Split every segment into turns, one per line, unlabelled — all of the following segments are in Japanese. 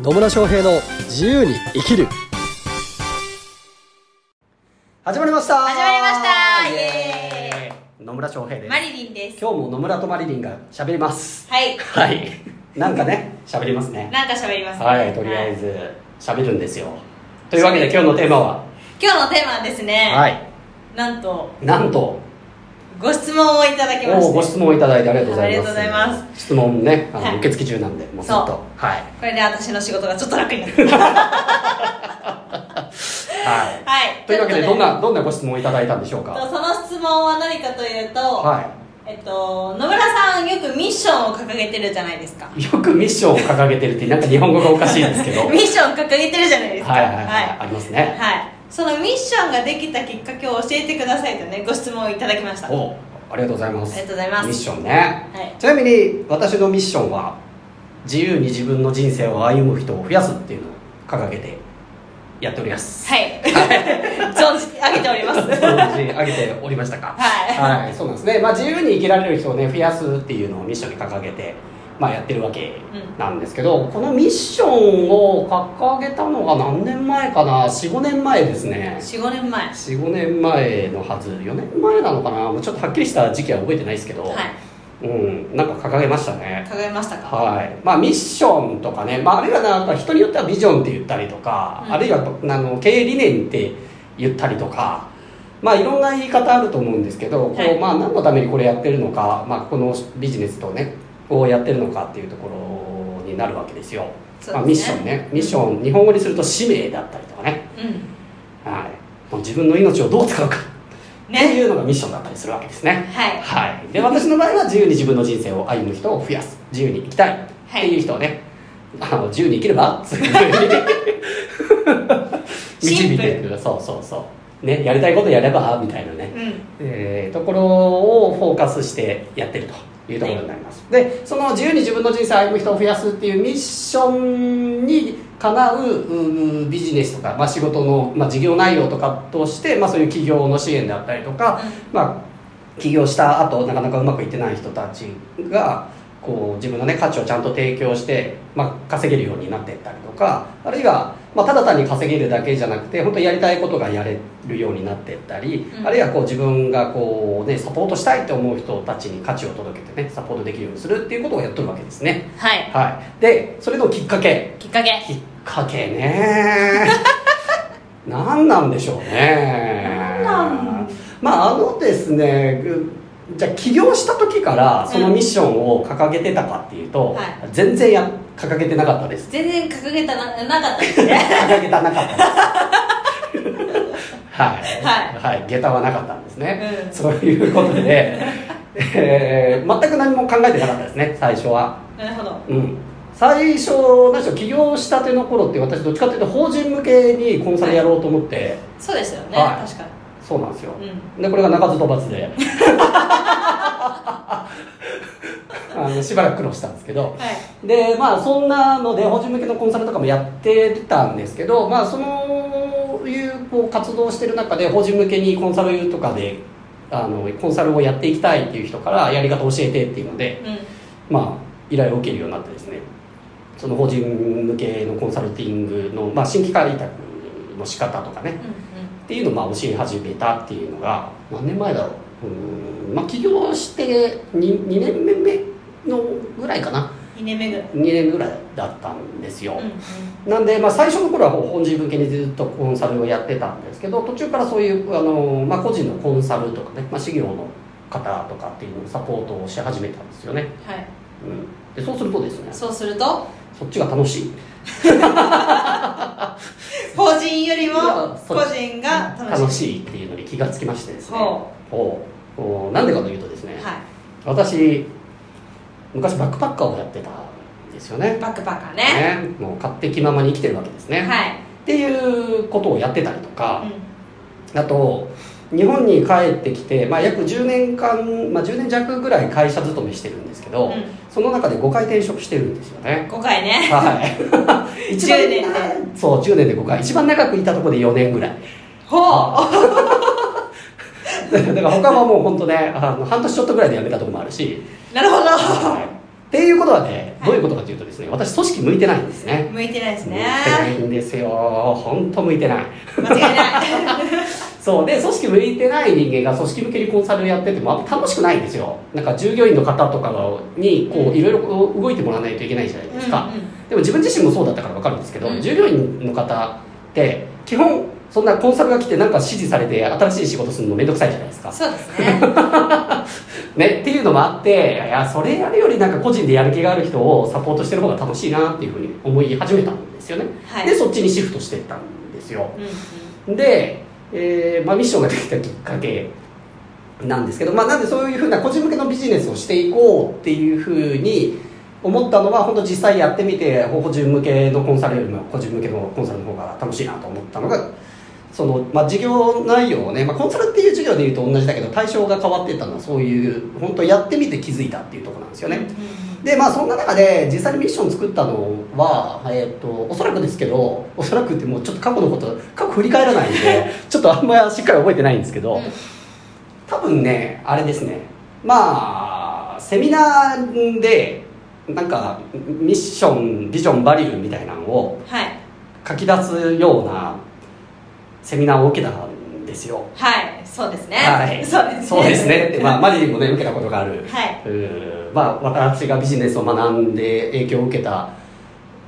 野村翔平の自由に生きる始まりました
始まりましたイエ
ーイ野村翔平です
マリリンです。
今日も野村とマリリンが喋ります
はい。
はいなんかね喋りますね
なんか喋りますね。
はいとりあえ
は
ず喋るんですよというわけで今日のテーマはい
今日のテーマはですね、
はい
なんと
なんと
ご質問をいただきま
お
し
ご
て、
質問いただいてありがとうございます
ありがとうござい
ます質問ねあ
は
の
い
受付中なんでもうずっ
そ
とはい
これで私の仕事がちょっと楽にな った。
はい
はい。
というわけで
ちょ
ど
っ
んなどんなご質問をいただいたんでしょう
と
か
ねとその質問は何かというと、
は
えっと野村さんよくミッションを掲げてるじゃないですか。
いよくミッションを掲げてるってなんか日本語がおかしいんですけどはい
ミッションを掲げてるじゃないですか。
はいはい、ありますね
はいそのミッションができたきっかけを教えてくださいとねご質問をいただきました。はい。
おありがとうございます
ありがとうございます
ミッションねちなみに私のミッションは自由に自分の人生を歩む人を増やすっていうのを掲げてやっております
はい。 存じ上げております。
ご存知上げておりましたか
はい
はい、そうなんですね、まあ、自由に生きられる人をね増やすっていうのをミッションに掲げて、まあ、やってるわけなんですけど、このミッションを掲げたのが何年前かな45年前ですね
45年前はい
45年前のはず4年前なのかなもうちょっとはっきりした時期は覚えてないですけど、うんなんか掲げましたね
掲げましたか
はいまあ、ミッションとかね、まあ、あるいはなんか人によってはビジョンって言ったりとか、
うん
あるいはあの経営理念って言ったりとか、まあ、いろんな言い方あると思うんですけど、
は
こう
い
まあ、何のためにこれやってるのか、まあ、このビジネスとねをやってるのかっていうところになるわけですよ
そうですね
まあ、ミッションねミッション日本語にすると使命だったりとかね、
うん
はい、もう自分の命をどう使うかって
ね
いうのがミッションだったりするわけですね
はい
はい、で私の場合は自由に自分の人生を歩む人を増やす自由に生きたいっていう人をね、あの自由に生きればそう いうふうに導いていくそうそうそう、ね、やりたいことやればみたいなね、
うん
えーところをフォーカスしてやってるというところになります、でその自由に自分の人生を歩む人を増やすっていうミッションにかなううんビジネスとか、まあ、仕事の、まあ、事業内容とかとして、まあ、そういう企業の支援であったりとか、まあ、起業した後なかなかうまくいってない人たちがこう自分の、ね、価値をちゃんと提供して、まあ、稼げるようになっていったりとかあるいは、まあ、ただ単に稼げるだけじゃなくて本当にやりたいことがやれるようになっていったり、
うん
あるいはこう自分がこう、ね、サポートしたいと思う人たちに価値を届けて、ね、サポートできるようにするっていうことをやっとるわけですね。
はい
はい、でそれのきっかけ
きっかけ
きっかけね 何なんでしょうね
何なん
まああのですねぐじゃあ起業した時からそのミッションを掲げてたかっていうと、
うんはい
全然や掲げてなかったです
全然掲げたななかっ たですね
掲げたなかったですはい、
は
はい、下駄はなかったんですね、
うん
そういうことで、えー全く何も考えてなかったですね最初は
なるほど
うん、最初何でしょう起業したての頃って私どっちかっていうと法人向けにコンサルやろうと思って、
そうですよね
はい
確か
そうなんですよ、
にうん
でこれが鳴かず飛ばず であのしばらく苦労したんですけど
はい
でまあそんなので法人向けのコンサルとかもやってたんですけどまあそのいうこう活動をしてる中で法人向けにコンサルとかであのコンサルをやっていきたいっていう人からやり方教えてっていうので
うん
まあ、依頼を受けるようになってですねその法人向けのコンサルティングの、まあ、新規開拓の仕方とかね
うん
っていうのをまあ教え始めたっていうのが何年前だろううーん、まあ、起業して 2, 2年目のぐらいかな
うん2年目ぐらい
2年ぐらいだったんですよ、
うんうん
なんで、まあ、最初の頃は本人向けにずっとコンサルをやってたんですけど途中からそういうあの、まあ、個人のコンサルとかね、まあ、事業の方とかっていうのをサポートをし始めたんですよね
はい
うんでそうするとですね
そうすると
そっちが楽しい
法人よりも
いや
個
そう
人が楽
楽
しい
しいっていうのに気がつきましてですね
ほ
ほうほうなんでかというとですね、
はい
私昔バックパッカーをやってたんですよね
バックパッカーね
ねもう勝手気ままに生きてるわけですね、
はい
っていうことをやってたりと
う
か、
ん
あと日本に帰ってきて、まあ、約10年間、まあ、10年弱ぐらい会社勤めしてるんですけど、
うん
その中で5回転職してるんですよね
5回ね
はい。 一番
10年
そう、10年で5回。一番長くいたところで4年ぐらい。
ほ う
だから他はもう本当ね、あの半年ちょっとぐらいで辞めたところもあるし、
なるほど
はっていうことはね、
はい
どういうことかというとですね、私組織向いてないんですね。
向いてないですね
向いてないんですよ。本当向いてない。
間違いない
そうで組織向いてない人間が組織向けにコンサルやっててもあ楽しくないんですよなんか従業員の方とかにこ
うん
ういろいろこう動いてもらわないといけないじゃない ですか、
うんうん
でも自分自身もそうだったから分かるんですけど、
うん
従業員の方って基本そんなコンサルが来てなんか指示されて新しい仕事するのめんどくさいじゃないですか、
そうですね
ね、っていうのもあっていやそれやるよりなんか個人でやる気がある人をサポートしてる方が楽しいなっていうふうに思い始めたんですよね、
はい
でそっちにシフトしていったんですよ、
うんうん
で、えーまあ、ミッションができたきっかけなんですけど、まあ、なんでそういうふうな個人向けのビジネスをしていこうっていうふうに思ったのは本当実際やってみて個人向けのコンサルよりも個人向けのコンサルの方が楽しいなと思ったのがその、まあ、事業内容をね、まあ、コンサルっていう授業でいうと同じだけど対象が変わってったのはそういう本当やってみて気づいたっていうところなんですよね。でまあそんな中で実際にミッション作ったのは、えー、とおそらくですけどおそらくってもうちょっと過去のこと 過去振り返らないん でちょっとあんまりしっかり覚えてないんですけど、
うん
多分ねあれですねまあセミナーでなんかミッションビジョンバリューみたいなのを
はい
書き出すようなセミナーを受けたんですよ。
はいそうですね
はい、
そうですね
そうですねって、まあ、マリリンもね受けたことがある
は
うーまあ、私がビジネスを学んで影響を受けた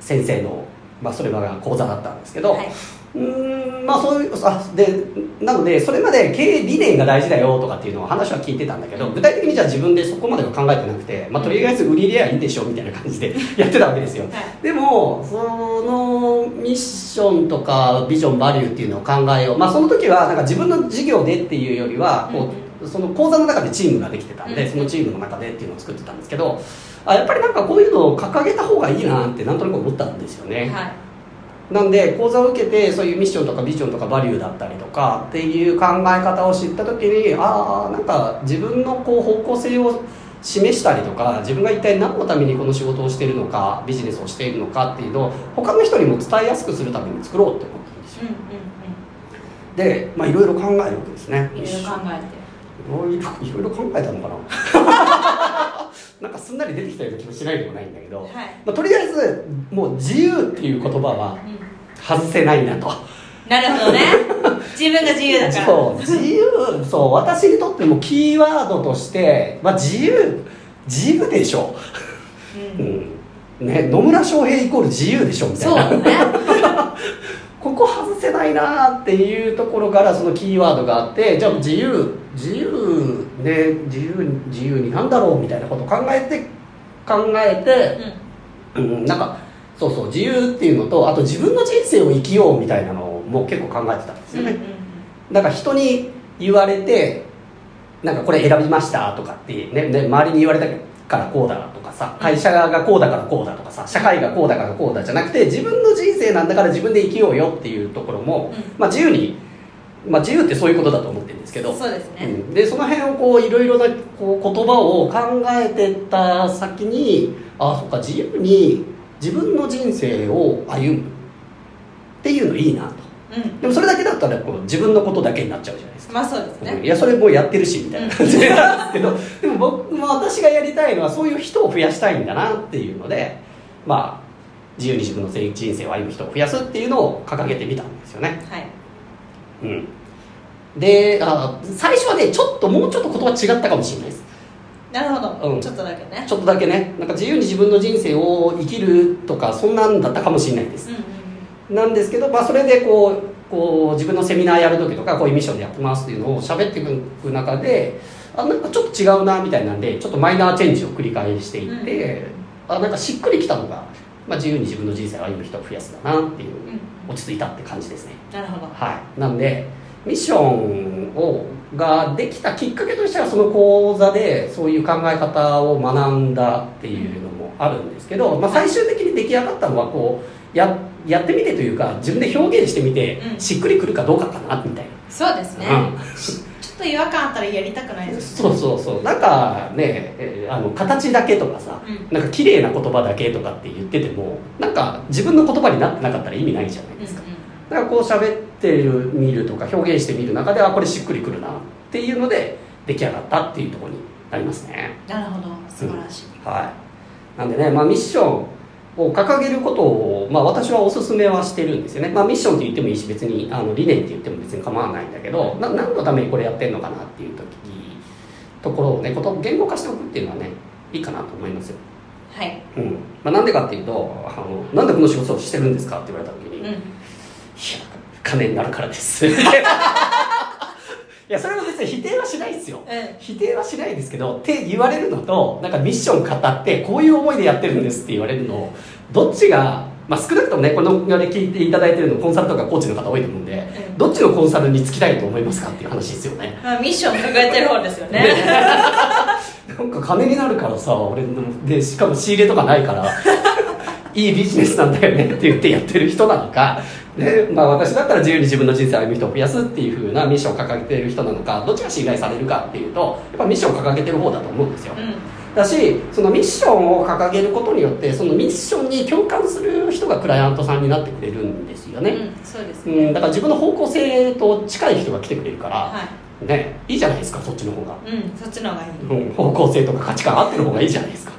先生の、まあ、それまでが講座だったんですけど、
はいう
ーんまあそういうあでなのでそれまで経営理念が大事だよとかっていうのを話は聞いてたんだけど具体的にじゃあ自分でそこまでは考えてなくて、まあ、とりあえず売り入れりゃいいでしょみたいな感じでやってたわけですよ
はい
でもそのミッションとかビジョンバリューっていうのを考えよう、まあ、その時はなんか自分の事業でっていうよりはこう、その講座の中でチームができてたんで、
うん
そのチームの中でっていうのを作ってたんですけどあやっぱりなんかこういうのを掲げた方がいいなってなんとなく思ったんですよね、
はい
なんで講座を受けてそういうミッションとかビジョンとかバリューだったりとかっていう考え方を知った時にああんか自分のこう方向性を示したりとか自分が一体何のためにこの仕事をしているのかビジネスをしているのかっていうのを他の人にも伝えやすくするために作ろうって思ったんですよ
うんうん
でまあいろいろ考えるわけですね
うんいろいろ考えて
いろいろいろいろ考えたのかななんか すんなり出てきたような気もしないでもないんだけど、
はい
まあ、とりあえずもう自由っていう言葉は
うん
外せないなと
なるほどね自分が自由だから
そう自由そう私にとってもキーワードとして、まあ、自由自由でしょ、
うん
うんね、野村翔平イコール自由でしょみた
そ
いうな
だね
ここ外せないなっていうところからそのキーワードがあってじゃあ自由自由ね自由自由になんだろうみたいなことを考えて考えて、うん、なんかそうそう自由っていうのとあと自分の人生を生きようみたいなのも結構考えてたんです
うん
よ
うん
ね、
うん
なんか人に言われてなんかこれ選びましたとかって、ねね、周りに言われたからこうだとかさ会社がこうだからこうだとかさ社会がこうだからこうだじゃなくて自分の人生なんだから自分で生きようよっていうところも、
うん
まあ、自由に、まあ、自由ってそういうことだと思ってるんですけど
そうですね
うんでその辺をこういろいろなこう言葉を考えてった先にあそっか自由に自分の人生を歩むっていうのいいなと。
うん
でもそれだけだったらこう自分のことだけになっちゃうじゃないですか、
まあそうですね
いやそれもうやってるしみたいな感じなんですけど、でも僕も私がやりたいのはそういう人を増やしたいんだなっていうのでまあ自由に自分の人生を歩む人を増やすっていうのを掲げてみたんですよね、
はい
うん、であ最初はねちょっともうちょっと言葉違ったかもしれないです
なるほ
うん
どちょっとだけね
ちょっとだけねなんか自由に自分の人生を生きるとかそんなんだったかもしれないです
うんうん
なんですけど、まあ、それでこうこう自分のセミナーやる時とかこういうミッションでやってますっていうのを喋っていく中であなんかちょっと違うなみたいなんでちょっとマイナーチェンジを繰り返していって、あなんかしっくりきたのが、まあ、自由に自分の人生を歩む人を増やすだなっていう
うんうん
落ち着いたって感じですね
なるほど
はいなんでミッションをができたきっかけとしてはその講座でそういう考え方を学んだっていうのもあるんですけど、まあ、最終的に出来上がったのはこうややってみてというか自分で表現してみて
うん
しっくりくるかどうかかなみたい
そうですね
な、うん
ちょっと違和感あったらやりたくないです
そうそうそうなんかね、えーあの形だけとかさ、
う
なんか綺麗な言葉だけとかって言っててもなんか自分の言葉になってなかったら意味ないじゃないですか、
う
だからこう喋ってみるとか表現してみる中であこれしっくりくるなっていうので出来上がったっていうところになりますね
んうんなるほど素晴らしい
はいなんでね、まあ、ミッションを掲げることを、まあ、私はおすすめはしてるんですよね、まあ、ミッションって言ってもいいし別にあの理念って言っても別に構わないんだけどな何のためにこれやってんのかなっていう時ところをねこと言語化しておくっていうのはねいいかなと思いますよ、
はい、
うんまあ、なんでかっていうとあの「なんでこの仕事をしてるんですか?」って言われた時に「
うん、
いや金になるからです」いやそれは別に否定はしないですよ
う
否定はしないですけどって言われるのとなんかミッション語ってこういう思いでやってるんですって言われるのをどっちが、まあ、少なくともねこのあれ聞いていただいてるのコンサルとかコーチの方多いと思うんで
ん、
どっちのコンサルにつきたいと思いますかっていう話ですよね。
まあ、ミッション抱えてる方ですよね
なんか金になるからさ俺のでしかも仕入れとかないから いいビジネスなんだよねって言ってやってる人なのか、ねまあ、私だったら自由に自分の人生を歩む人を増やすっていう風なミッションを掲げてる人なのかどっちが信頼されるかっていうとやっぱミッションを掲げてる方だと思うんですよ。
う
だしそのミッションを掲げることによってそのミッションに共感する人がクライアントさんになってくれるんですよ
ん、
ね、
うん、そうです
う
ね、
ん、だから自分の方向性と近い人が来てくれるから、
は
ねいいじゃないですかそっちの方が、
い、うん、そっちの方がいい、
うん、方向性とか価値観合ってる方がいいじゃない ですか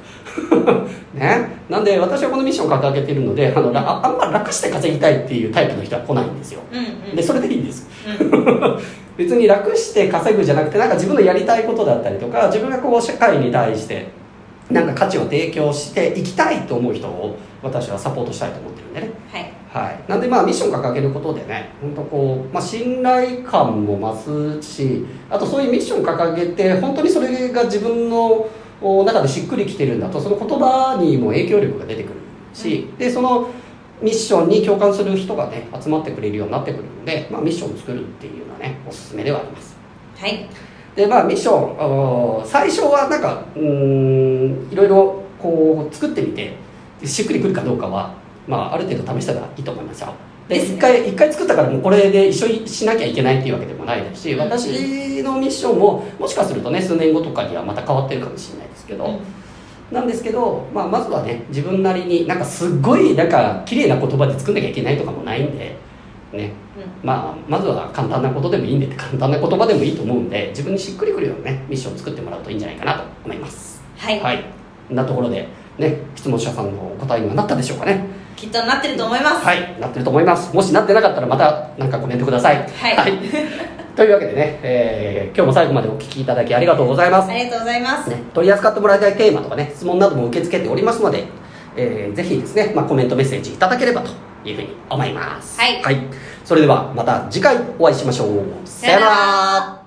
ねなんで私はこのミッションを掲げてるのであのらああんま楽して稼ぎたいっていうタイプの人は来ないんですよ
うんうん
でそれでいいんです
うん
別に楽して稼ぐじゃなくてなんか自分のやりたいことだったりとか自分がこう社会に対してなんか価値を提供していきたいと思う人を私はサポートしたいと思ってるんでね、
はい
はい、なんでまあミッション掲げることでね本当こう、まあ、信頼感も増すしあとそういうミッション掲げて本当にそれが自分のお中でしっくりきてるんだとその言葉にも影響力が出てくるし、でそのミッションに共感する人がね集まってくれるようになってくるので、まあ、ミッションを作るっていうのはねおすすめではあります
はい
でまあミッションあの最初はなんかうーんいろいろこう作ってみてしっくりくるかどうかは、まあ、ある程度試したらいいと思いますよで
です
一
ね
回一回作ったからもうこれで一緒にしなきゃいけないっていうわけでもないですし
うん
私のミッションももしかするとね数年後とかにはまた変わってるかもしれないですけど、
うん
なんですけど、まあ、まずはね自分なりになんかすっごいなんか綺麗な言葉で作んなきゃいけないとかもないんでねまあ、まずは簡単なことでもいいんで簡単な言葉でもいいと思うんで自分にしっくりくるようなねミッションを作ってもらうといいんじゃないかなと思います
はい、
はいこんなところでね質問者さんのお答えにはなったでしょうかね
きっとなってると思います
はいなってると思いますもしなってなかったらまた何かコメントください
はい
というわけでね、えー今日も最後までお聞きいただきありがとうございます
ありがとうございます、
ね、取り扱ってもらいたいテーマとかね質問なども受け付けておりますので、えーぜひですね、まあ、コメントメッセージいただければというふうに思います
はい
それではまた次回お会いしましょうさよなら